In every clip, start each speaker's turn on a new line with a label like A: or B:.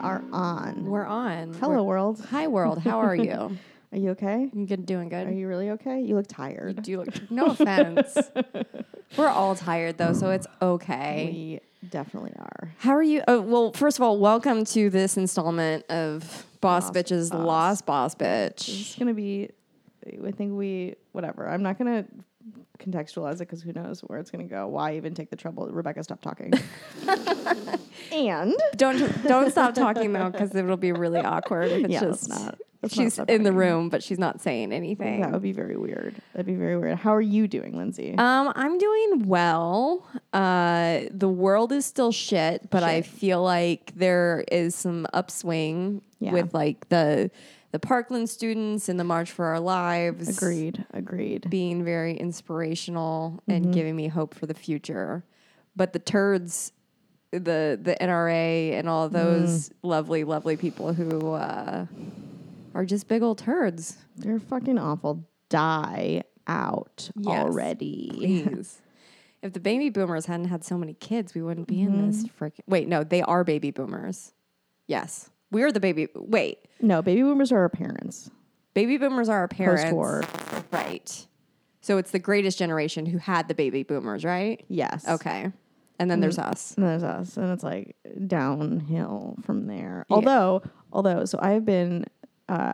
A: are on.
B: We're on.
A: Hello,
B: We're-
A: world.
B: hi, Mm-hmm. world. How are you?
A: Are you okay?
B: You good? Doing
A: Are
B: good.
A: you really okay? You look
B: You
A: tired.
B: do look. No offense. We're all tired though, so it's okay.
A: We definitely are.
B: How are you? Oh, well, first of all, welcome to this installment of Boss
A: Lost
B: Bitch's
A: Boss.
B: Lost Boss
A: It's
B: Bitch.
A: gonna be. I think we whatever. I'm not gonna contextualize it because who knows where it's gonna go. Why even take the trouble? Rebecca, stop talking. and
B: Don't don't stop talking though, because it'll be really awkward if it's
A: Yeah, let's
B: just
A: not- let's not
B: she's
A: stop
B: in the
A: talking.
B: room, but she's not saying anything.
A: that would be very weird. That'd be very weird. How are you doing, Lindsay?
B: Um, I'm doing well. Uh, the world is still shit, but I feel like there is some upswing
A: Yeah.
B: with like the the Parkland students and the March for Our Lives.
A: agreed. Agreed.
B: Being very inspirational and giving me hope for the future. But the turds, the the NRA and all those lovely, lovely people who uh, are just big old turds.
A: They're fucking awful. Die out
B: Yes,
A: already.
B: Please. if the baby boomers hadn't had so many kids, we wouldn't be in this freaking. Wait, no, they are baby boomers. Yes. We're the baby. Wait.
A: No, baby boomers are our parents.
B: Baby boomers are our parents.
A: Post-war.
B: Right. So it's the greatest generation who had the baby boomers, right?
A: Yes.
B: Okay. And then there's us.
A: And there's us, and it's like downhill from there. Although, although, so I've been uh,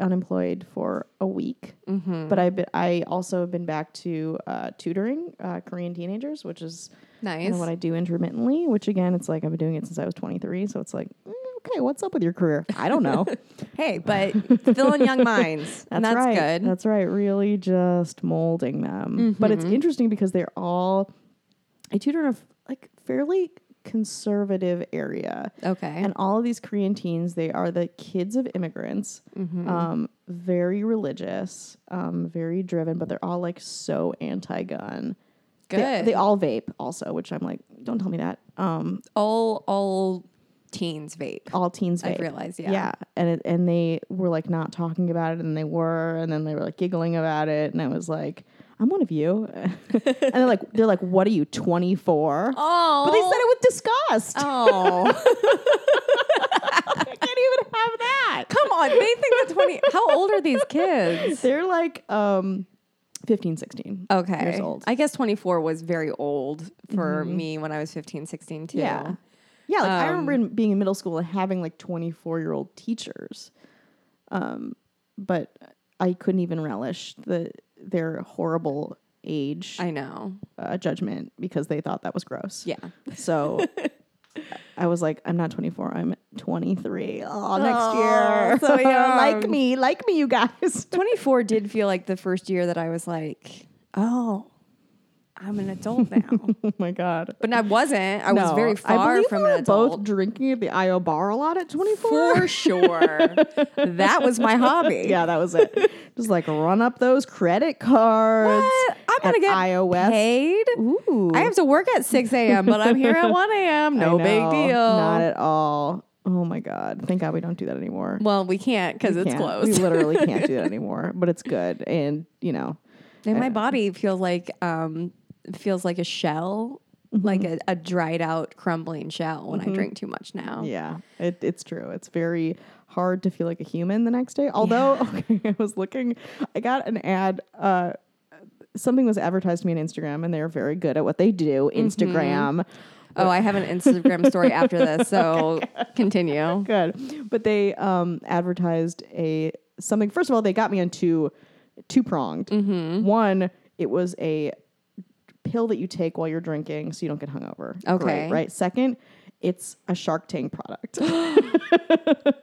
A: unemployed for a week,
B: Mm-hmm.
A: but I've been, I also have been back to uh, tutoring uh, Korean teenagers, which is
B: Nice.
A: kind of what I do intermittently. Which again, it's like I've been doing it since I was 23, so it's like, mm, okay, what's up with your career? I don't know.
B: hey, but still in young minds. and that's
A: right.
B: good.
A: That's right. Really just molding them. But
B: Mm-hmm.
A: it's interesting because they're all I tutor in a f- like fairly conservative area.
B: okay.
A: And all of these Korean teens, they are the kids of immigrants,
B: Mm-hmm.
A: um, very religious, um, very driven, but they're all like so anti-gun. They-
B: good.
A: They, all vape also, which I'm like, don't tell me that. Um,
B: all all teens vape.
A: all teens vape.
B: I've realized, yeah.
A: Yeah, and it, and they were like not talking about it, and they were, and then they were like giggling about it, and I was like, "I'm one of you," and they're like, "They're like, what are you, 24?"
B: Oh.
A: But they said it with disgust.
B: Oh.
A: I can't even have that.
B: Come on, they think the 20. How old are these kids?
A: They're like um, 15, 16.
B: Okay.
A: Years old.
B: I guess 24 was very old for me when I was 15, 16, too.
A: Yeah. Yeah, like I
B: Um,
A: remember in, being in middle school and having like 24 year old teachers. Um, but I couldn't even relish the their horrible age
B: I know.
A: uh, judgment because they thought that was gross.
B: Yeah.
A: So I was like, I'm not 24, I'm 23. Oh, next year.
B: so
A: like
B: young.
A: me, like me, you guys.
B: 24 did feel like the first year that I was like, oh, I'm an adult now.
A: oh my God.
B: but I wasn't. I was
A: No,
B: very
A: I
B: far
A: believe
B: from
A: we were
B: an adult.
A: both drinking at the IO bar a lot at 24.
B: for sure. that was my hobby.
A: yeah, that was it. Just like run up those credit cards.
B: What? I'm going
A: at
B: to get
A: iOS.
B: paid.
A: Ooh.
B: I have to work at 6 a.m., but I'm here at 1 a.m.
A: I
B: No
A: know,
B: big deal.
A: Not at all. Oh my God. Thank God we don't do that anymore.
B: well, we can't because it's
A: can't.
B: closed.
A: We literally can't do that anymore, but it's good. And, you know,
B: And
A: Uh,
B: my body feels like um feels like a shell,
A: Mm-hmm.
B: like a, a dried out, crumbling shell when I drink too much now.
A: yeah, it, it's true. It's very hard to feel like a human the next day. Although, okay, I was looking, I got an ad. Uh, something was advertised to me on Instagram, and they're very good at what they do. Instagram.
B: Oh, I have an Instagram story after this, so continue.
A: good. But they um, advertised a something. First of all, they got me on two two pronged.
B: Mm-hmm.
A: One, it was a pill that you take while you're drinking so you don't get hungover. Great,
B: Okay.
A: right. Second, it's a Shark Tank product.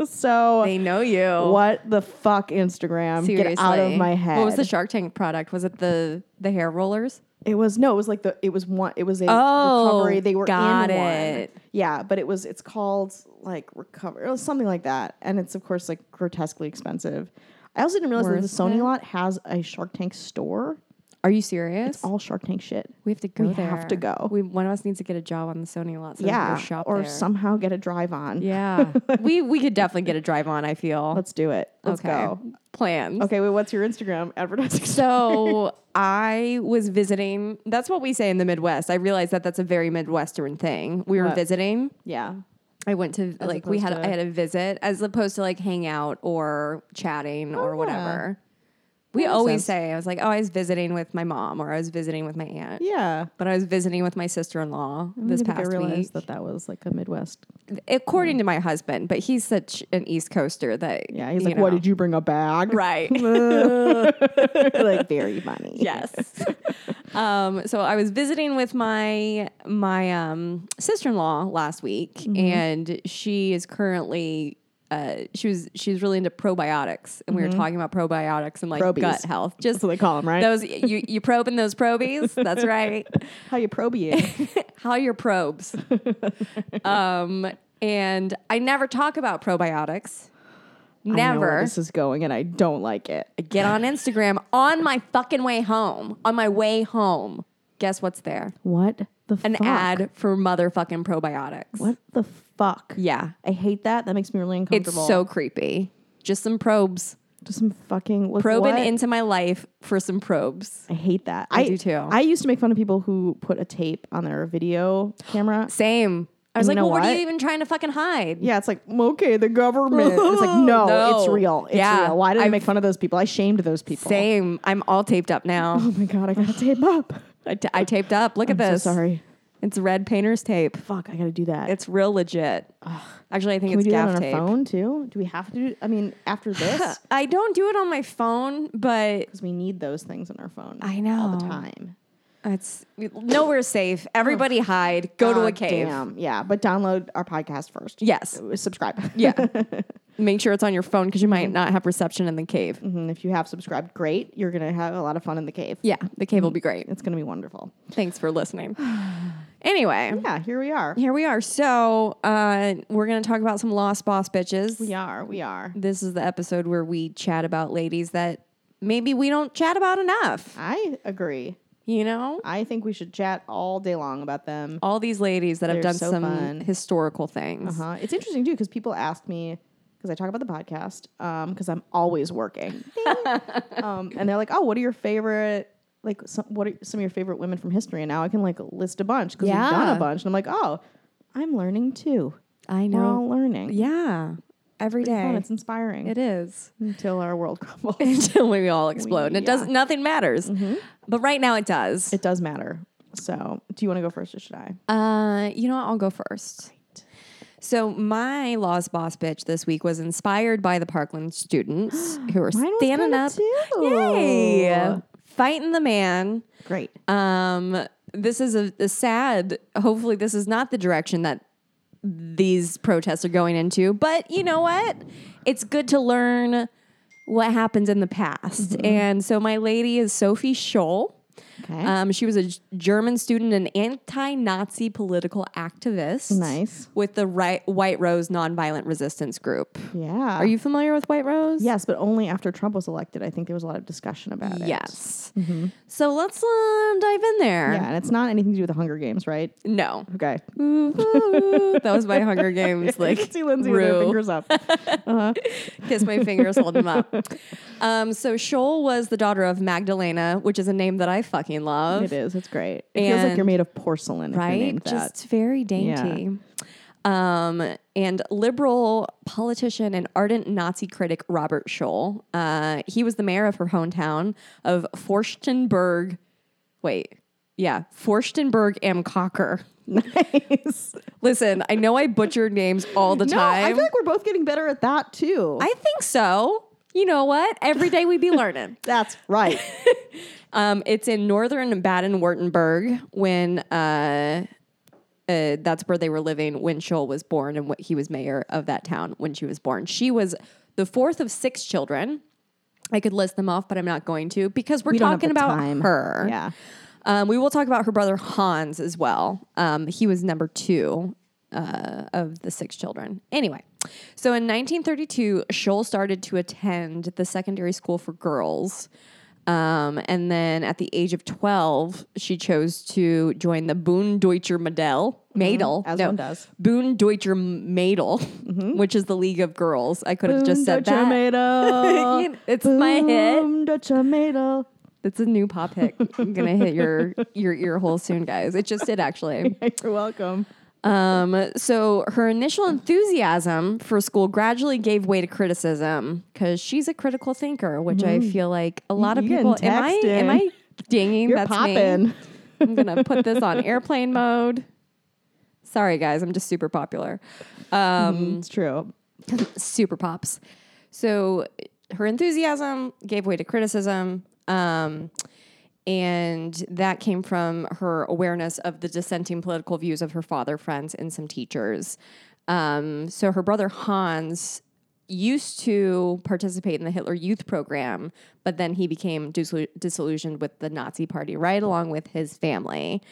A: so
B: They know you.
A: what the fuck, Instagram?
B: Seriously.
A: Get out of my head.
B: What was the Shark Tank product? Was it the the hair rollers?
A: It was no, it was like the it was one it was a
B: Oh,
A: recovery. They were
B: got
A: in
B: it.
A: one. Yeah, but it was it's called like recover or something like that. And it's of course like grotesquely expensive. I also didn't realize that the
B: Worth
A: Sony lot has a Shark Tank store.
B: Are you serious?
A: All Shark Tank shit.
B: we have to go
A: we
B: there.
A: have to go.
B: We, one of us needs to get a job on the Sony lot. So we can
A: yeah.
B: go shop
A: or
B: there.
A: somehow get a drive on.
B: Yeah, we we could definitely get a drive on. I feel.
A: Let's do it. Let's
B: okay.
A: go.
B: Plans.
A: Okay, well, what's your Instagram advertising?
B: So I was visiting. That's what we say in the Midwest. I realized that that's a very Midwestern thing. We were
A: What?
B: visiting,
A: yeah.
B: I went to like we
A: opposed
B: had
A: to-
B: I had a visit as opposed to like hang out or chatting or
A: Oh, yeah.
B: whatever. We
A: makes
B: always
A: sense.
B: say I was like, oh, I was visiting with my mom or I was visiting with my aunt.
A: Yeah.
B: But I was visiting with my sister in law
A: I don't
B: this
A: think
B: past
A: I realized
B: week.
A: that that was like a Midwest.
B: According to my husband, but he's such an East Coaster that
A: Yeah, he's like, "What did you bring a bag?"
B: Right.
A: like very funny.
B: yes. um, so I was visiting with my my um, sister in law last week,
A: Mm-hmm.
B: and she is currently. Uh, she was she's really into probiotics, and we were talking about probiotics and like
A: Mm-hmm. Probies.
B: gut health. Just
A: That's what they call them, right?
B: those you you probing those probies. That's right.
A: How you probiate?
B: How are your probes? um, and I never talk about probiotics.
A: I know where
B: Never
A: this is going, and I don't like it.
B: get on Instagram on my fucking way home. On my way home, guess what's there?
A: What the
B: An
A: fuck?
B: ad for motherfucking probiotics.
A: What the fuck?
B: Yeah,
A: I hate that. That makes me really
B: it's
A: uncomfortable.
B: so creepy. Just some probes,
A: just some fucking like,
B: probing
A: what?
B: into my life for some probes.
A: I hate that.
B: I do too.
A: I used to make fun of people who put a tape on their video camera.
B: Same. I was
A: You
B: like,
A: know
B: well, what? are
A: what?
B: you even trying to fucking hide?
A: Yeah, it's like okay, the government. it's like no,
B: No.
A: it's real. It's
B: Yeah.
A: real. Why did I
B: I've-
A: make fun of those people? I shamed those people.
B: Same. I'm all taped up now.
A: Oh my god, I gotta tape up.
B: I, t- I taped up. Look at
A: I'm
B: this.
A: so sorry.
B: It's red painter's tape.
A: Fuck, I gotta do that.
B: It's real legit. Actually, I think
A: Can
B: it's
A: we do that
B: gaff
A: on
B: tape.
A: our phone too? Do we have to? Do, I mean, after this,
B: I don't do it on my phone, but
A: because we need those things on our phone.
B: I
A: all the
B: know.
A: time.
B: It's nowhere safe. Everybody hide. Go to a
A: God
B: cave.
A: Damn. Yeah, but download our podcast first.
B: Yes.
A: Uh, Subscribe.
B: Yeah. Make sure it's on your phone because you might not have reception in the cave.
A: Mhm, If you have subscribed, great. You're gonna have a lot of fun in the cave.
B: Yeah, the cave will
A: Mm.
B: be great.
A: It's gonna be wonderful.
B: Thanks for listening. Anyway,
A: Yeah, here we are.
B: here we are. So uh, we're gonna talk about some lost boss bitches.
A: We are. We are.
B: This is the episode where we chat about ladies that maybe we don't chat about enough.
A: I agree.
B: You know,
A: I think we should chat all day long about them.
B: all these ladies that have
A: They're
B: done
A: so
B: some
A: fun.
B: historical things.
A: Uh-huh. It's interesting too because people ask me because I talk about the podcast because I'm always working, um, and they're like, "Oh, what are your favorite?" Like some, what are some of your favorite women from history? And now I can like list a bunch because we've done
B: Yeah.
A: a bunch, and I'm like, oh, I'm learning too.
B: I
A: We're
B: know.
A: all learning.
B: Yeah, every
A: Fun,
B: day.
A: It's inspiring
B: It is.
A: until our world crumbles.
B: until we all explode. and it
A: yeah. Mm-hmm.
B: doesn't. Nothing matters. But right now it does.
A: it does matter. So, do you want to go first or should I?
B: uh, you know what? I'll go first. So my Lost Boss Bitch this week was inspired by the Parkland students who are
A: Mine was
B: standing
A: kinda
B: up.
A: too.
B: Yay! Fighting the man.
A: Great.
B: Um, this is a, a sad. Hopefully, this is not the direction that these protests are going into. But you know what? It's good to learn what happens in the past. And so, my lady is Sophie Scholl.
A: Okay.
B: Um, she was a G- German student and anti-Nazi political activist.
A: Nice.
B: With the right, White Rose Nonviolent Resistance Group.
A: yeah.
B: Are you familiar with White Rose?
A: Yes, but only after Trump was elected. I think there was a lot of discussion about it.
B: Yes. So let's uh, dive in there.
A: Mm-hmm. Yeah, and it's not anything to do with the Hunger Games, right?
B: No.
A: Okay.
B: Ooh, ooh. that was my Hunger Games.
A: Like,
B: Like,
A: you can see Lindsay with her
B: rue.
A: fingers up.
B: Kiss my fingers, hold them up. Um, so Shoal was the daughter of Magdalena, which is a name that I fucking love.
A: It is. It's great. It feels like you're
B: And-
A: made of porcelain if you're
B: right?
A: named that.
B: Just very dainty. Um, and liberal politician and ardent Nazi critic Robert Scholl. Uh, he was the mayor of her hometown of Forstenberg. Wait, yeah, Forstenberg am Cocker.
A: Nice.
B: Listen, I know I butchered names all the
A: No, I
B: time.
A: feel like we're both getting better at that too.
B: I think so. You know what? Every day we be learning.
A: That's right.
B: Um, it's in northern Baden-Württemberg when uh, uh, that's where they were living when Scholl was born and what he was mayor of that town when she was born. She was the fourth of six children. I could list them off, but I'm not going to because we're
A: We don't have
B: talking
A: the
B: about
A: time.
B: her.
A: yeah.
B: Um, we will talk about her brother Hans as well. Um, he was number two uh, of the six children. Anyway, so in 1932, Scholl started to attend the secondary school for girls. Um, and then at the age of 12, she chose to join the Boone Deutscher Mädel. Mädel.
A: Mm-hmm, as one does. Mm-hmm.
B: Boone Deutscher Mädel, which is the League of Girls. I could have just said that.
A: Tomato.
B: it's my hit.
A: Boom, the tomato.
B: It's a new pop hit. I'm gonna hit your your ear hole soon, guys. It just did actually.
A: You're welcome.
B: Um, so her initial enthusiasm for school gradually gave way to criticism because she's a critical thinker, which I feel like a lot of
A: Mm-hmm. you
B: people.
A: getting
B: Am I
A: texted.
B: am I dinging?
A: You're
B: That's me.
A: popping.
B: I'm gonna put this on airplane mode. Sorry guys, I'm just super popular. Um,
A: It's true.
B: super pops. So her enthusiasm gave way to criticism. Um, and that came from her awareness of the dissenting political views of her father, friends, and some teachers. Um, so her brother Hans used to participate in the Hitler Youth Program, but then he became disillu- disillusioned with the Nazi Party, right along with his family.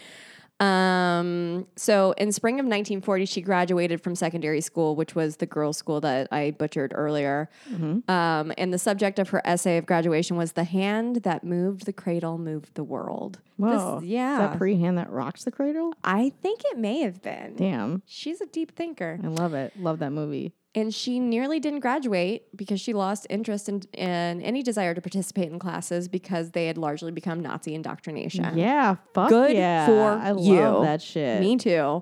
B: Um, so in spring of 1940, she graduated from secondary school, which was the girls' school that I butchered earlier.
A: Mm-hmm.
B: Um, and the subject of her essay of graduation was "The Hand That Moved the Cradle Moved the World." This-
A: Whoa. Is
B: yeah,
A: that pre hand that rocks the cradle?
B: I think it may have been.
A: Damn.
B: She's a deep thinker.
A: I love it. Love that movie.
B: And she nearly didn't graduate because she lost interest in, in any desire to participate in classes because they had largely become Nazi indoctrination.
A: Yeah. Fuck
B: Good
A: yeah.
B: for
A: I love
B: you.
A: that shit.
B: Me too.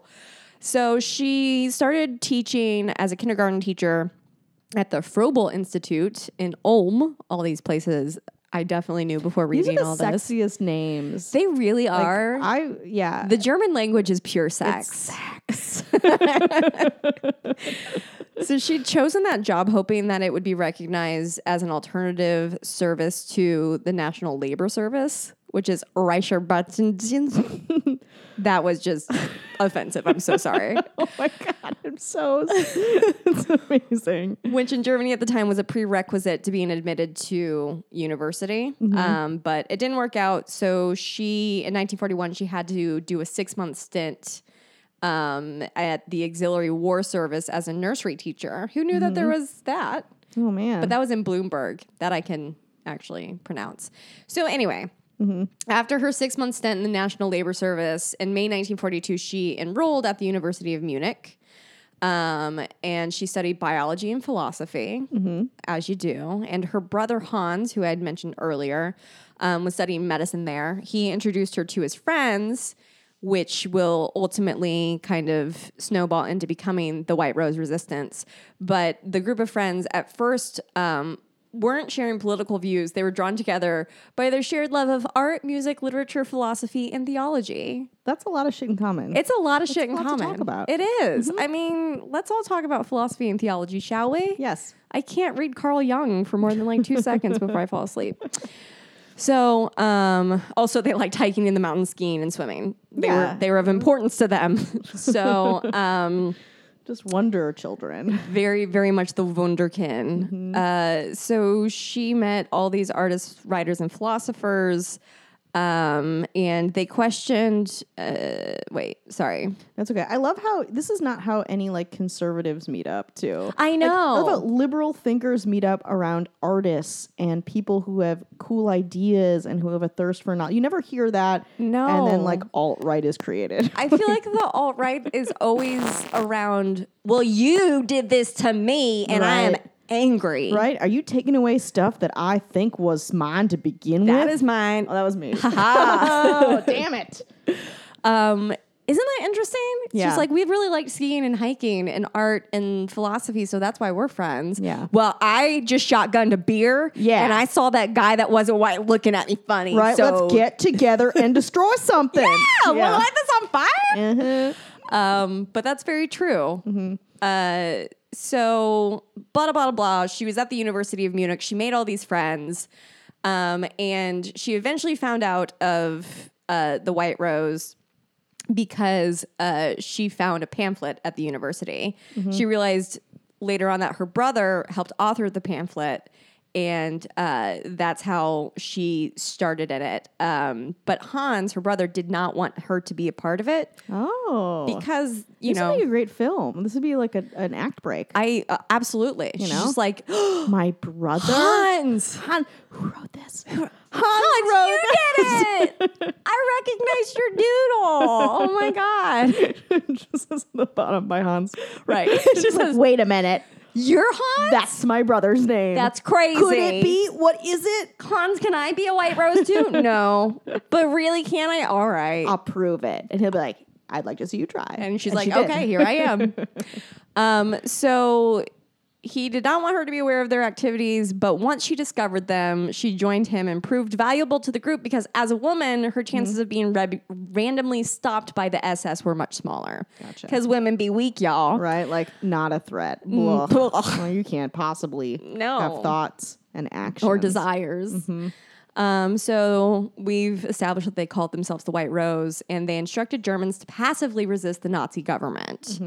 B: So she started teaching as a kindergarten teacher at the Froebel Institute in Ulm. All these places I definitely knew before
A: These
B: reading
A: are the
B: all this.
A: sexiest names.
B: They really are.
A: I yeah.
B: the German language is pure sex. so she'd chosen that job hoping that it would be recognized as an alternative service to the National Labor Service, which is Reicher Button. that was just offensive. I'm so sorry.
A: oh my god, I'm so. it's amazing.
B: which in Germany at the time was a prerequisite to being admitted to university. Um, but it didn't work out. So she, in 1941, she had to do a six month stint um, at the Auxiliary War Service as a nursery teacher. Who knew that there was that?
A: Oh man.
B: But that was in Bloomberg. That I can actually pronounce. So anyway. After her six month stint in the National Labor Service in May 1942, she enrolled at the University of Munich. Um, and she studied biology and philosophy, as you do. And her brother Hans, who I had mentioned earlier, um, was studying medicine there. He introduced her to his friends, which will ultimately kind of snowball into becoming the White Rose Resistance. But the group of friends at first um, weren't sharing political views, they were drawn together by their shared love of art, music, literature, philosophy, and theology.
A: That's a lot of shit in common.
B: It's a lot of shit in
A: lot to
B: common.
A: talk about. Mm-hmm.
B: It is. I mean, let's all talk about philosophy and theology, shall we?
A: yes.
B: I can't read Carl Jung for more than like two seconds before I fall asleep. So, um, also they liked hiking in the mountains, skiing, and swimming. They
A: Yeah. Mm-hmm.
B: were they were of importance to them. so, um,
A: Just wonder children.
B: very very much the wunderkind.
A: Mm-hmm.
B: Uh, so she met all these artists, writers, and philosophers, um, and they questioned. Uh, wait, sorry.
A: That's okay. I love how this is not how any like conservatives meet up too.
B: I
A: Like,
B: know.
A: love how liberal thinkers meet up around artists and people who have cool ideas and who have a thirst for not. You never hear that. And
B: No.
A: then like alt right is created.
B: I feel like the alt right is always around. Well, you did this to me, and I am
A: Right.
B: angry.
A: right? Are you taking away stuff that I think was mine to begin
B: That
A: with?
B: is mine.
A: oh, that was me. oh, damn it.
B: Um, isn't that interesting? It's
A: Yeah.
B: just like we really like skiing and hiking and art and philosophy, so that's why we're friends.
A: Yeah.
B: Well, I just shotgunned a beer.
A: Yeah.
B: And I saw that guy that wasn't white looking at me funny.
A: Right?
B: So
A: Let's get together and destroy something.
B: Yeah, Wanna light this on fire?
A: Uh-huh.
B: Um, but that's very true. Uh, so blah blah blah blah. She was at the University of Munich. She made all these friends, um, and she eventually found out of uh, the White Rose because uh, she found a pamphlet at the university. She realized later on that her brother helped author the pamphlet, and uh, that's how she started in it. Um, but Hans, her brother, did not want her to be a part of it
A: Oh.
B: because you
A: this would be
B: know
A: a great film. This would be like a, an act break.
B: I uh, absolutely she's
A: know?
B: just like
A: My brother.
B: Hans
A: Han, who wrote this?
B: Hans you did it I recognized your doodle oh my god
A: just says on the bottom by Hans.
B: right It just
A: Just like,
B: says,
A: wait a minute.
B: you're Hans
A: That's my brother's name.
B: that's crazy
A: Could it be? What is it?
B: Hans can I be a white rose too no but really can I all right
A: I'll prove it. And he'll be like, I'd like to see you try.
B: And she's
A: she
B: like,
A: did.
B: okay, here I am. um, so he did not want her to be aware of their activities, but once she discovered them, she joined him and proved valuable to the group because as a woman, her
A: Mm-hmm.
B: chances of being rab- randomly stopped by the SS were much smaller.
A: Gotcha.
B: Because women be weak, y'all.
A: right? Like not a threat.
B: Mm,
A: Ugh.
B: ugh.
A: Well, you can't possibly
B: No.
A: have thoughts and actions
B: or desires. Um, so we've established that they called themselves the White Rose, and they instructed Germans to passively resist the Nazi government.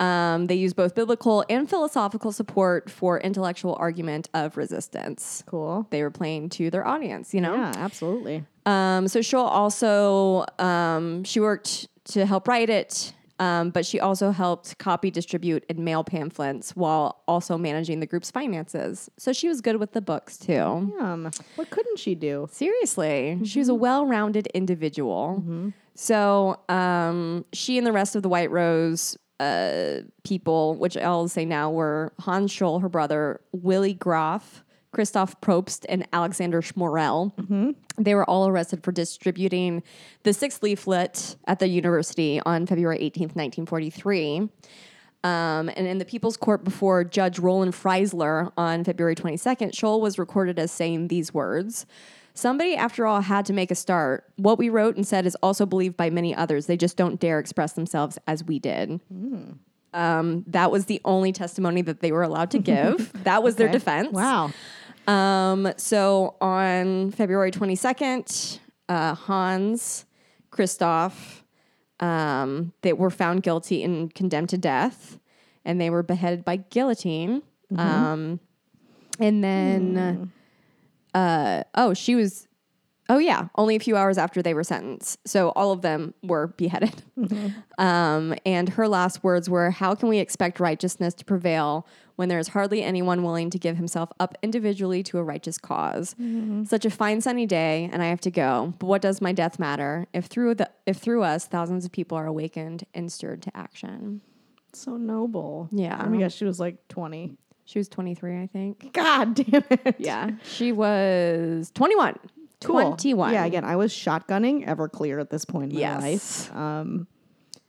B: Um, they used both biblical and philosophical support for intellectual argument of resistance.
A: Cool.
B: They were playing to their audience, you know.
A: Yeah, absolutely.
B: Um, so she'll also um, she worked to help write it, um, but she also helped copy, distribute, and mail pamphlets while also managing the group's finances. So she was good with the books too.
A: Um, what couldn't she do?
B: Seriously, she was a well-rounded individual. So um, she and the rest of the White Rose uh, people, which I'll say now were Hans Scholl, her brother, Willy Groff, Christoph Probst, and Alexander Schmorell. They were all arrested for distributing the sixth leaflet at the university on February 18th, 1943. Um, and in the People's Court before Judge Roland Freisler on February 22nd, Scholl was recorded as saying these words Somebody, after all, had to make a start. What we wrote and said is also believed by many others. They just don't dare express themselves as we did.
A: Hmm.
B: Um, that was the only testimony that they were allowed to give. that was their
A: Okay.
B: defense.
A: Wow.
B: Um, so on February 22nd, uh, Hans, Christoph, um, they were found guilty and condemned to death, and they were beheaded by guillotine. Um, and then, uh, oh, she was, oh, yeah, only a few hours after they were sentenced. So all of them were beheaded. Um, and her last words were, How can we expect righteousness to prevail when there is hardly anyone willing to give himself up individually to a righteous because
A: Mm-hmm.
B: Such a fine sunny day, and I have to go. But what does my death matter if through the if through us thousands of people are awakened and stirred to action?
A: So noble.
B: Yeah.
A: I mean, yeah, she was like 20.
B: She was 23, I think.
A: God damn it.
B: Yeah. she was 21.
A: Cool.
B: 21.
A: Yeah, again, I was shotgunning Everclear at this point in my
B: Yes.
A: life. Um,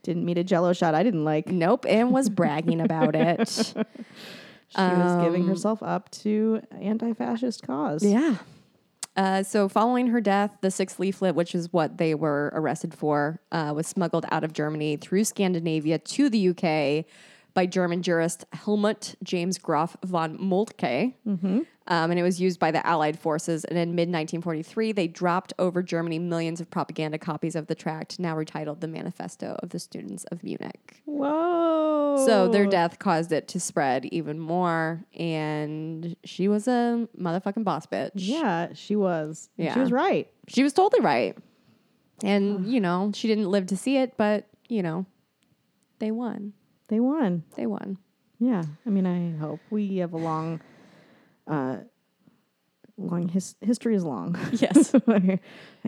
A: didn't meet a jello shot I didn't like.
B: Nope, and was bragging about it.
A: She was giving herself up to anti-fascist cause.
B: Yeah. Uh, so, following her death, the sixth leaflet, which is what they were arrested for, uh, was smuggled out of Germany through Scandinavia to the UK by German jurist Helmut James Groff von Moltke.
A: Mm-hmm.
B: Um, and it was used by the Allied forces. And in mid 1943, they dropped over Germany millions of propaganda copies of the tract, now retitled The Manifesto of the Students of Munich.
A: Whoa.
B: So, their death caused it to spread even more. And she was a motherfucking boss bitch.
A: Yeah, she was. And
B: Yeah.
A: She was right.
B: she was totally right. And, you know, she didn't live to see it, but, you know, they won.
A: They won.
B: They won.
A: Yeah. I mean, I hope we have a long, uh, long his- history is long.
B: Yes.
A: I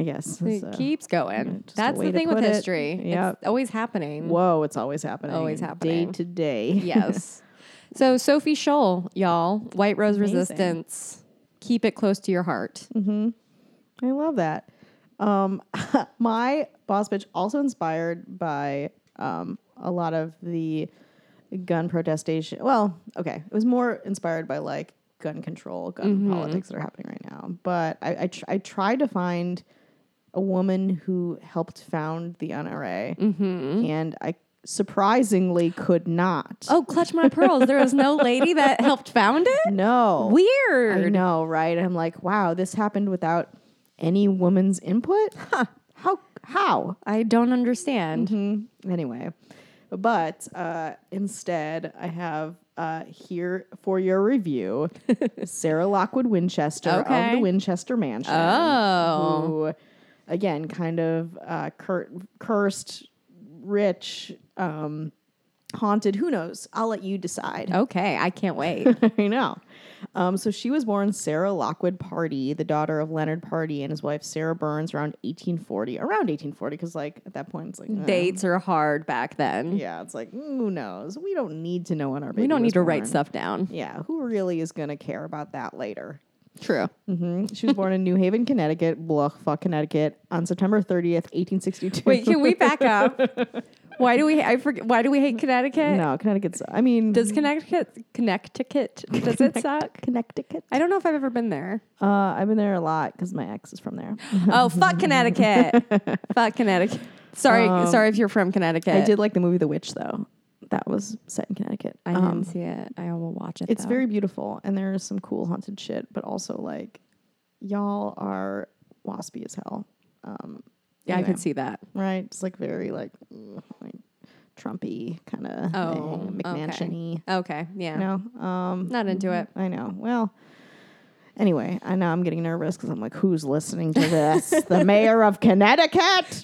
A: guess.
B: It
A: so.
B: keeps going.
A: just a
B: That's
A: way
B: the
A: to
B: thing with
A: put it.
B: history.
A: Yep.
B: It's always happening.
A: Whoa, it's always happening.
B: Always
A: Day
B: happening.
A: to day.
B: Yes. so, Sophie Scholl, y'all, White Rose
A: Amazing.
B: Resistance, keep it close to your heart.
A: I love that. Um, my boss bitch also inspired by um, a lot of the gun protestation. Well, okay, it was more inspired by like gun control, gun politics that are happening right now. But I I, tr- I tried to find a woman who helped found the NRA, and I surprisingly could not.
B: Oh, clutch my pearls. There was no lady that helped found it?
A: no,
B: Weird.
A: I know, right? I'm like, wow, this happened without any woman's input. How? How? Mm,
B: I don't understand.
A: Mm-hmm. Anyway, but uh, instead, I have uh, here for your review Sarah Lockwood Winchester of
B: Okay.
A: the Winchester Mansion.
B: Oh.
A: Who, again, kind of uh, cur- cursed, rich, um, haunted. Who knows? I'll let you decide.
B: Okay. I can't wait.
A: I know. Um, so she was born Sarah Lockwood Party, the daughter of Leonard Party and his wife Sarah Burns, around 1840. Around 1840, because like at that point, it's like eh.
B: Dates are hard back then.
A: Yeah, it's like mm, who knows? We don't need to know when our baby.
B: We don't
A: was
B: need to write
A: born.
B: stuff down.
A: Yeah, who really is going to care about that later?
B: True.
A: hmm She was born in New Haven, Connecticut, blah, fuck Connecticut, on September 30th, 1862.
B: Wait, can we back up? Why do we? I forget. Why do we hate Connecticut?
A: No, Connecticut's. I mean,
B: Does Connecticut Connecticut does it suck?
A: Connecticut?
B: I don't know if I've ever been there.
A: Uh, I've been there a lot because my ex is from there.
B: Oh fuck Connecticut! fuck Connecticut. Sorry, sorry if you're from Connecticut.
A: Um, I did like the movie The Witch, though. That was set in Connecticut.
B: I
A: Um,
B: didn't see it. I will watch it.
A: it's
B: though.
A: very beautiful, and there is some cool haunted shit, but also like, y'all are waspy as hell. Um,
B: Yeah, I
A: anyway.
B: could see that.
A: right? It's like very like, mm, like Trumpy kind of
B: Oh,
A: thing,
B: okay.
A: McMansiony.
B: Okay. Yeah.
A: No, um,
B: Not into it.
A: I know. Well, anyway, I know I'm getting nervous because I'm like, who's listening to this? the mayor of Connecticut?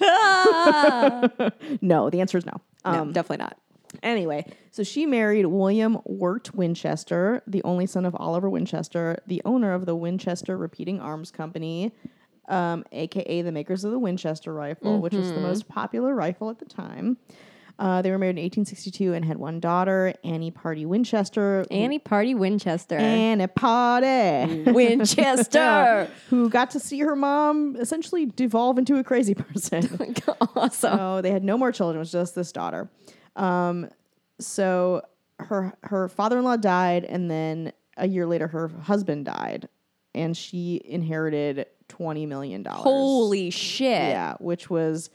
A: no, the answer is no.
B: no,
A: Um,
B: definitely not.
A: Anyway, so she married William Wirt Winchester, the only son of Oliver Winchester, the owner of the Winchester Repeating Arms Company, um, aka the makers of the Winchester rifle, which was the most popular rifle at the time. Uh, they were married in 1862 and had one daughter, Annie Party Winchester.
B: Annie Party Winchester.
A: Annie Party.
B: Mm-hmm. Winchester.
A: Who got to see her mom essentially devolve into a crazy person.
B: awesome.
A: So they had no more children. It was just this daughter. Um, so her her father in law died, and then a year later, her husband died, and she inherited twenty million dollars.
B: Holy shit.
A: yeah, which was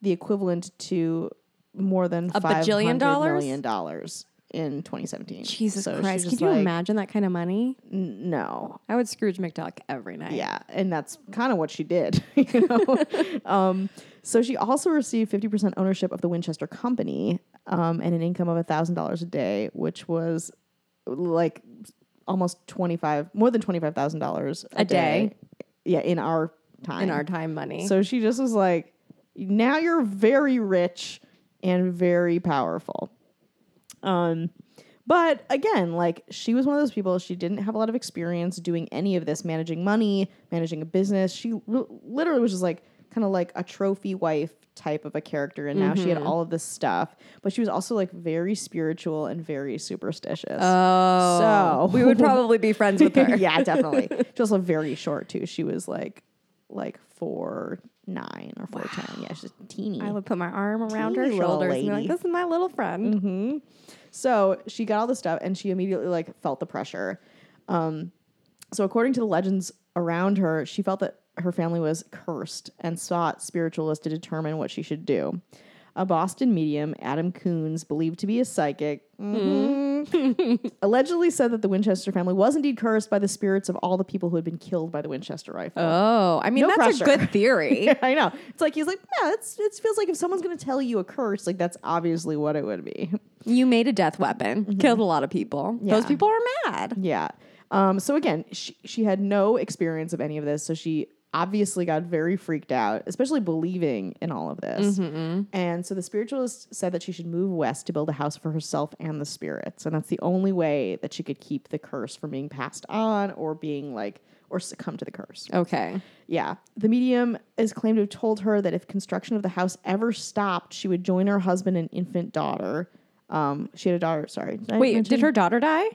A: the equivalent to more than
B: A bajillion dollars?
A: dollars in 2017.
B: Jesus
A: So she's
B: Christ. Could
A: just
B: you
A: like,
B: imagine that kind of money?
A: "N- No,
B: I would Scrooge McDuck every night.
A: yeah, and that's kind of what she did. You know? um, so she also received fifty percent ownership of the Winchester Company um, and an income of thousand dollars a day, which was like almost twenty five, more than twenty five thousand dollars
B: A day.
A: Yeah, in our time.
B: In our time money.
A: So she just was like, now you're very rich and very powerful. Um, but again, like she was one of those people, she didn't have a lot of experience doing any of this, managing money, managing a business. She l- literally was just like kind of like a trophy wife type of a character. And now she had all of this stuff, but she was also like very spiritual and very superstitious.
B: oh.
A: So-
B: we would probably be friends with her.
A: yeah, definitely. She was also very short too. She was like like four nine or four ten. Yeah, she's teeny.
B: I would put my arm around her
A: Teeny little
B: shoulders and be like,
A: lady.
B: this is my little friend.
A: So she got all this stuff and she immediately like felt the pressure. Um, so according to the legends around her, she felt that her family was cursed and sought spiritualists to determine what she should do. A Boston medium, Adam Coons, believed to be a psychic, mhm, allegedly said that the Winchester family was indeed cursed by the spirits of all the people who had been killed by the Winchester rifle.
B: Oh, I mean,
A: No
B: that's a
A: pressure.
B: good theory.
A: I know. It's like he's like, yeah, it's, it feels like if someone's going to tell you a curse, like that's obviously what it would be.
B: you made a death weapon, killed a lot of people. Those
A: Mm-hmm. Yeah.
B: people are mad.
A: Yeah. Um, so again, she, she had no experience of any of this, so she obviously got very freaked out, especially believing in all of this. And so the spiritualist said that she should move west to build a house for herself and the spirits, and that's the only way that she could keep the curse from being passed on or being like or succumb to the curse.
B: Okay.
A: Yeah. The medium is claimed to have told her that if construction of the house ever stopped, she would join her husband and infant daughter. Um, she had a daughter, sorry. Did I
B: Wait,
A: mention-
B: did her daughter die?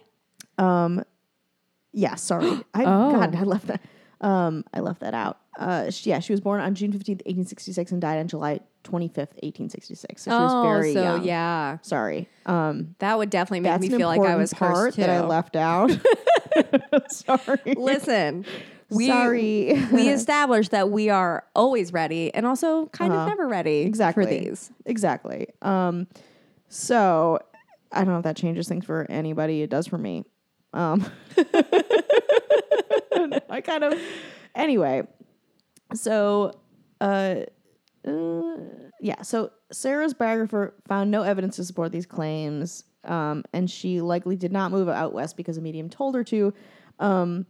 A: Yeah, sorry. I
B: Oh.
A: God, I left that. Um, I left that out. Uh, she, yeah, she was born on June fifteenth, eighteen sixty six, and died on July twenty fifth, eighteen sixty six. So she was very
B: Oh, so
A: young.
B: yeah,
A: Sorry. Um,
B: that would definitely make
A: that's
B: me
A: an
B: feel like
A: important
B: I was
A: part
B: cursed too.
A: that I left out. sorry.
B: Listen, we,
A: sorry.
B: we established that we are always ready and also kind of never ready
A: Uh-huh. exactly
B: for these.
A: Exactly. Um, so I don't know if that changes things for anybody. It does for me. Um, I kind of anyway. So, uh, uh, yeah. So Sarah's biographer found no evidence to support these claims, um, and she likely did not move out west because a medium told her to. Um,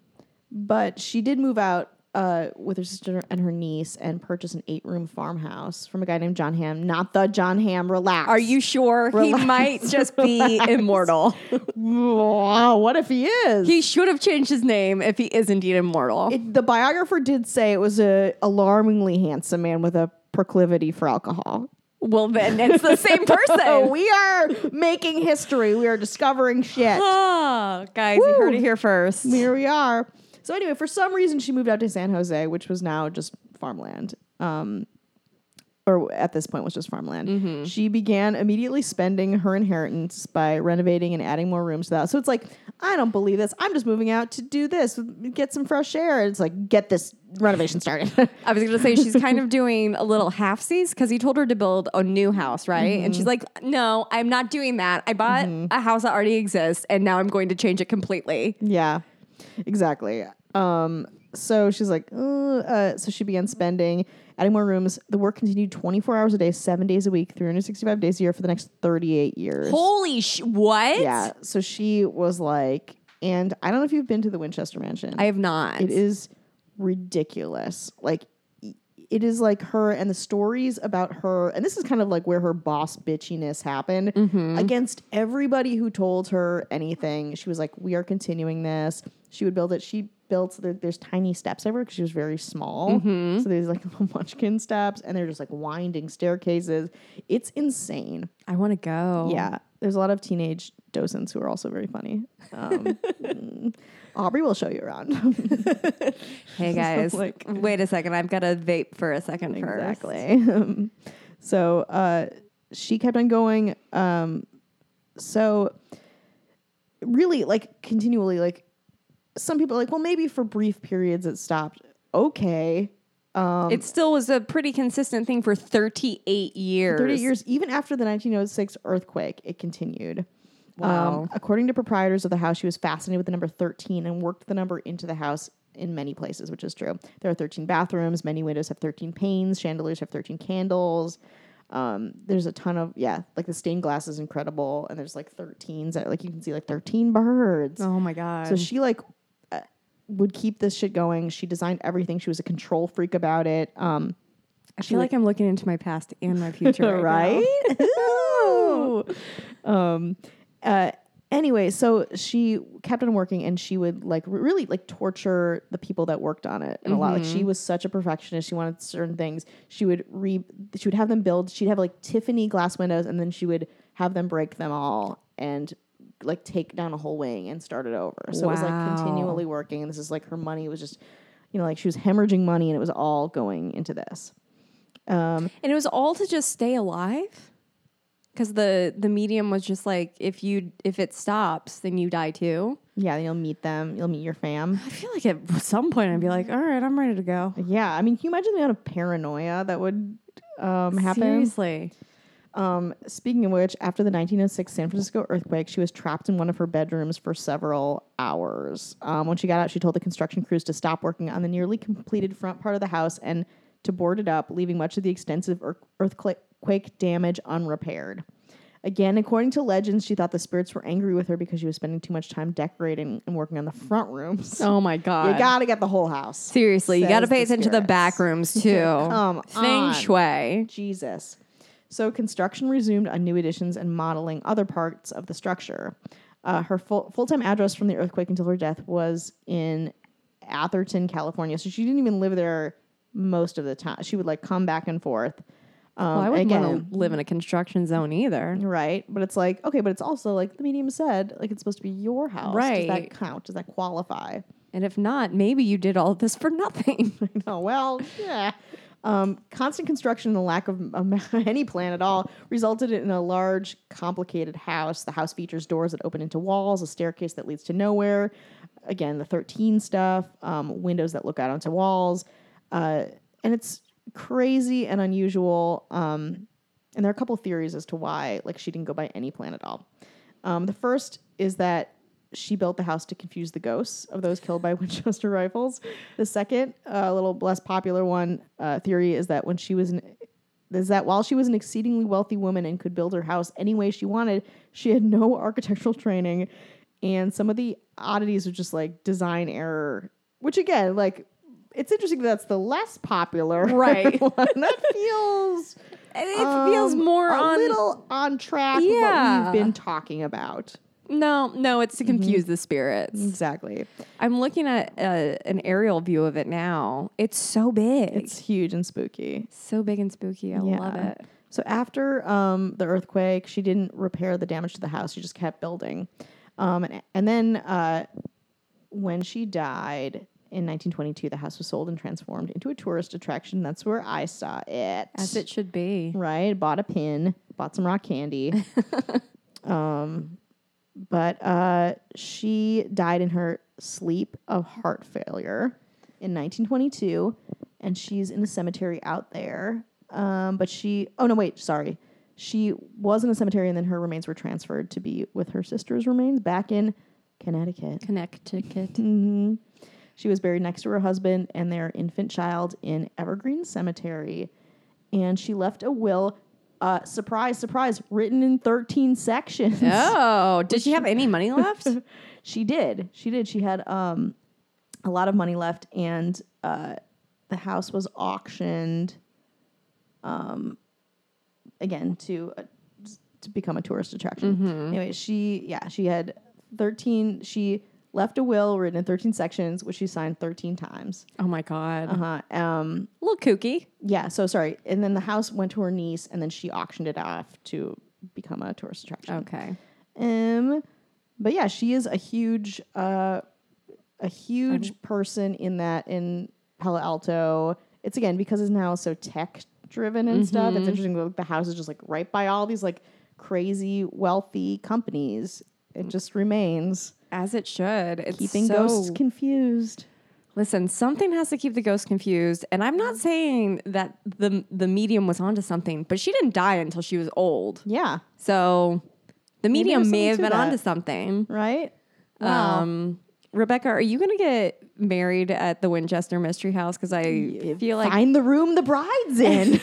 A: but she did move out uh, with her sister and her niece and purchase an eight-room farmhouse from a guy named John Ham. Not the John Ham. Relax.
B: Are you sure he
A: Relax,
B: might just be immortal?
A: Wow, what if he is?
B: he should have changed his name if he is indeed immortal.
A: It- the biographer did say it was a alarmingly handsome man with a proclivity for alcohol.
B: well, then it's the same
A: So
B: person.
A: Oh, we are making history. We are discovering shit.
B: Oh, Ah, guys, you heard it here first.
A: Oh, Here we are. So anyway, for some reason, she moved out to San Jose, which was now just farmland. Um, or at this point was just farmland. She began immediately spending her inheritance by renovating and adding more rooms to the house. So it's like, I don't believe this. I'm just moving out to do this, get some fresh air. It's like, get this renovation started.
B: I was going to say she's kind of doing a little halfsies because he told her to build a new house, right? And she's like, "No, I'm not doing that. I bought a house that already exists, and now I'm going to change it completely."
A: Yeah, exactly. Um, so she's like, "Uh," uh, so she began spending, adding more rooms. The work continued 24 hours a day, seven days a week, 365 days a year for the next 38 years.
B: Holy sh! What?
A: yeah. So she was like, and I don't know if you've been to the Winchester Mansion.
B: I have not.
A: it is ridiculous. Like, i- it is like her and the stories about her, and this is kind of like where her boss bitchiness happened against everybody who told her anything. She was like, "We are continuing this." She would build it. She built there, there's tiny steps everywhere because she was very small, so there's like little munchkin steps, and they're just like winding staircases. It's insane.
B: I want to go.
A: Yeah, there's a lot of teenage docents who are also very funny. Um, Aubrey will show you around.
B: Hey guys,
A: Like-
B: wait a second. I've got to vape for a second first.
A: Exactly. Um, so uh, she kept on going. Um, so really, like continually, like some people are like, well, maybe for brief periods it stopped. Okay.
B: it still was a pretty consistent thing for 38 years.
A: 30 years, even after the 1906 earthquake, it continued. Um,
B: Wow.
A: according to proprietors of the house, she was fascinated with the number 13 and worked the number into the house in many places, which is true. There are 13 bathrooms, many windows have 13 panes, chandeliers have 13 candles. Um, there's a ton of, yeah, like the stained glass is incredible. And there's like 13s, that, like you can see like 13 birds.
B: Oh my god.
A: So she like uh, would keep this shit going. She designed everything. She was a control freak about it. Um,
B: I feel like, I'm looking into my past and my future, right? now.
A: Ooh. um, uh, anyway, so she kept on working, and she would like r- really like torture the people that worked on it, and a lot. Like she was such a perfectionist. She wanted certain things. She would re. She would have them build. She'd have like Tiffany glass windows, and then she would have them break them all and like take down a whole wing and start it over. So it was like
B: Wow.
A: continually working, and this is like her money was just. You know, like she was hemorrhaging money, and it was all going into this.
B: And it was all to just stay alive. Because the the medium was just like if you if it stops, then you die too.
A: Yeah, you'll meet them. You'll meet your fam.
B: I feel like at some point I'd be like, all right, I'm ready to go.
A: Yeah, I mean, can you imagine the amount of paranoia that would um, happen?
B: Seriously.
A: Um, speaking of which, after the 1906 San Francisco earthquake, she was trapped in one of her bedrooms for several hours. Um, when she got out, she told the construction crews to stop working on the nearly completed front part of the house and to board it up, leaving much of the extensive ear- earthquake damage unrepaired. Again, according to legends, she thought the spirits were angry with her because she was spending too much time decorating and working on the front rooms.
B: Oh my god.
A: You gotta get the whole house.
B: Seriously, you got to
A: says
B: pay
A: the
B: attention to the
A: spirits.
B: back rooms too.
A: Come
B: Feng
A: on.
B: Shui.
A: Jesus. So construction resumed on new additions and modeling other parts of the structure. Uh, her full full-time address from the earthquake until her death was in Atherton, California. So she didn't even live there most of the time. She would like come back and forth. Um,
B: Well, I wouldn't
A: again,
B: want to live in a construction zone either.
A: Right, but it's like okay, but it's also like the medium said, like it's supposed to be your house. Does that
B: Right.
A: count? Does that qualify?
B: And if not, maybe you did all this for nothing.
A: oh well yeah um, constant construction and the lack of um, any plan at all resulted in a large complicated house the house features doors that open into walls a staircase that leads to nowhere again the 13 stuff um, windows that look out onto walls uh, and it's crazy and unusual um, and there are a couple theories as to why like she didn't go by any plan at all um, the first is that she built the house to confuse the ghosts of those killed by Winchester rifles. The second, a little less popular one uh, theory, is that when she was an is that while she was an exceedingly wealthy woman and could build her house any way she wanted, she had no architectural training, and some of the oddities were just like design error. Which again, like, it's interesting that that's the less popular
B: Right.
A: one. That feels
B: And it feels
A: um,
B: more
A: a
B: on.
A: little on track. with
B: Yeah.
A: what we've been talking about.
B: no, no, it's to confuse the spirits.
A: Exactly.
B: I'm looking at uh, an aerial view of it now. It's so big.
A: It's huge and spooky.
B: so big and spooky. I love
A: Yeah.
B: it.
A: So after um, the earthquake, she didn't repair the damage to the house. She just kept building. Um, and, and then uh, when she died, In 1922, the house was sold and transformed into a tourist attraction. That's where I saw it.
B: As it should be.
A: right, bought a pin, bought some rock candy. um, but uh, she died in her sleep of heart failure in 1922, and she's in a cemetery out there. Um, but she, oh no, wait, sorry. She was in a cemetery, and then her remains were transferred to be with her sister's remains back in Connecticut.
B: Connecticut.
A: Mm-hmm. She was buried next to her husband and their infant child in Evergreen Cemetery. And she left a will, uh, surprise, surprise, written in 13 sections.
B: Oh, did she have any money left?
A: she did. She did. She had um, a lot of money left, and uh, the house was auctioned um, again to uh, to become a tourist attraction. Anyway, she yeah she had thirteen. She left a will written in thirteen sections, which she signed thirteen times.
B: Oh my god.
A: Uh, um,
B: A little kooky.
A: yeah, so sorry. And then the house went to her niece, and then she auctioned it off to become a tourist attraction.
B: Okay.
A: Um, but yeah, she is a huge, uh, a
B: Um,
A: huge person in that in Palo Alto. It's again because it's now so tech driven and stuff.
B: Mm-hmm.
A: It's interesting. Like, the house is just like right by all these like crazy wealthy companies. It just remains
B: As it should. It's
A: keeping
B: so-
A: ghosts confused.
B: Listen, something has to keep the ghost confused, and I'm not saying that the the medium was onto something, but she didn't die until she was old.
A: Yeah,
B: So the medium
A: there's
B: may
A: something
B: have
A: to
B: been
A: that.
B: onto something.
A: right. Wow.
B: Um, Rebecca, are you going to get married at the Winchester Mystery House? Because I feel like
A: Find the room the bride's in.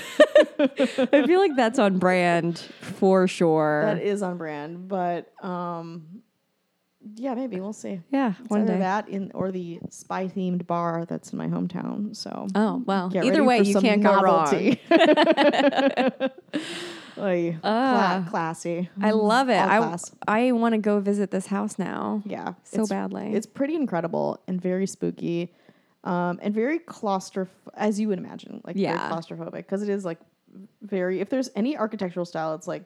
B: I feel like that's on brand for sure.
A: that is on brand, but um, yeah, maybe we'll see.
B: yeah,
A: It's
B: one
A: either
B: day.
A: that in or the spy themed bar that's in my hometown. So
B: Oh well,
A: get
B: either
A: ready
B: way,
A: for
B: you
A: some
B: can't go wrong.
A: novelty. Oy,
B: Ah.
A: cla- classy.
B: I love it.
A: All
B: I
A: class.
B: I want to go visit this house now.
A: yeah,
B: so
A: it's,
B: badly.
A: It's pretty incredible and very spooky, um, and very claustroph as you would imagine, like
B: Yeah.
A: very claustrophobic because it is like very. If there's any architectural style, it's like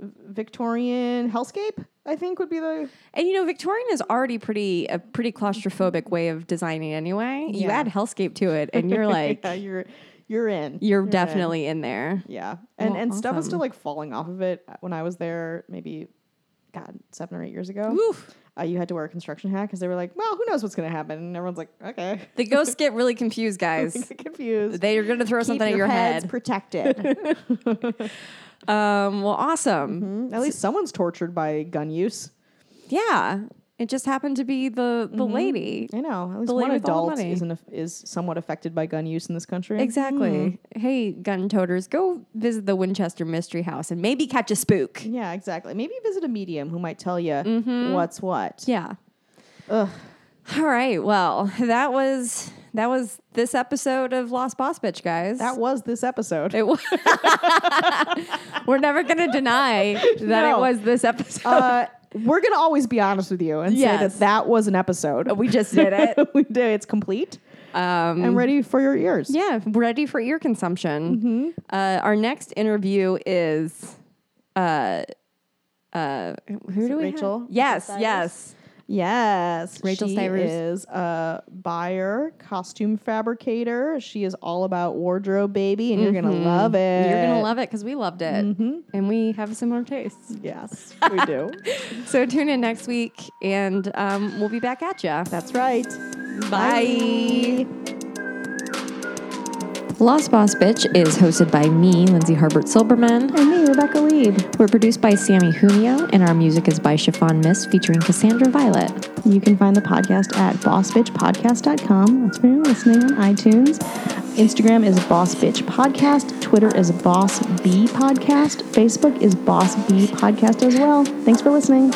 A: Victorian hellscape. I think would be the
B: And you know, Victorian is already pretty a pretty claustrophobic way of designing anyway. You
A: Yeah.
B: add hellscape to it, and you're like,
A: yeah, you're you're in.
B: you're
A: in.
B: definitely in there.
A: Yeah. And
B: Well,
A: and stuff was
B: awesome.
A: still like falling off of it uh, when I was there maybe god, 7 or 8 years ago.
B: Woof.
A: Uh, you had to wear a construction hat cuz they were like, "Well, who knows what's going to happen?" And everyone's like, "Okay."
B: The ghosts get really confused, guys.
A: Get confused.
B: They are going to throw
A: Keep
B: something at your
A: heads
B: head.
A: protected. Mm-hmm.
B: Um, well, awesome.
A: At least someone's tortured by gun use.
B: Yeah, it just happened to be the
A: Mm-hmm.
B: the lady.
A: I know. At least
B: The
A: one
B: lady with all the
A: adult
B: money.
A: isn't a, is somewhat affected by gun use in this country.
B: Exactly. Hey, gun toters, go visit the Winchester Mystery House and maybe catch a spook.
A: Hmm. Yeah, exactly. Maybe visit a medium who might tell you
B: Mm-hmm.
A: what's what.
B: Yeah.
A: Ugh.
B: All right. Well, that was that was this episode of Lost Boss Bitch, guys.
A: That was this episode.
B: It was. We're never going to deny that it
A: No.
B: was this episode.
A: uh, we're gonna always be honest with you and say
B: Yes.
A: that that was an episode.
B: we just did it.
A: we do. It's complete
B: Um,
A: and ready for your ears.
B: yeah, ready for ear consumption.
A: Mm-hmm.
B: Uh, our next interview is. Uh, uh, who
A: it
B: do we have?
A: Rachel?
B: Yes,
A: Cyrus?
B: yes.
A: Yes,
B: Rachel
A: she
B: Cyrus.
A: is a buyer, costume fabricator. She is all about wardrobe, baby, and Mm-hmm. you're gonna love it.
B: You're gonna love it because we loved it,
A: Mm-hmm.
B: and we have similar tastes.
A: Yes, we do.
B: So tune in next week, and um, we'll be back at ya.
A: That's right.
B: Bye. Lost Boss Bitch is hosted by me, Lindsay Harbert Silberman.
A: And me, Rebecca Lead.
B: We're produced by Sammy Humio, and our music is by Chiffon Mist featuring Cassandra Violet.
A: You can find the podcast at bossbitchpodcast.com. That's where you're listening on iTunes. Instagram is Boss Bitch Podcast. Twitter is Boss B Podcast. Facebook is Boss B Podcast as well. Thanks for listening.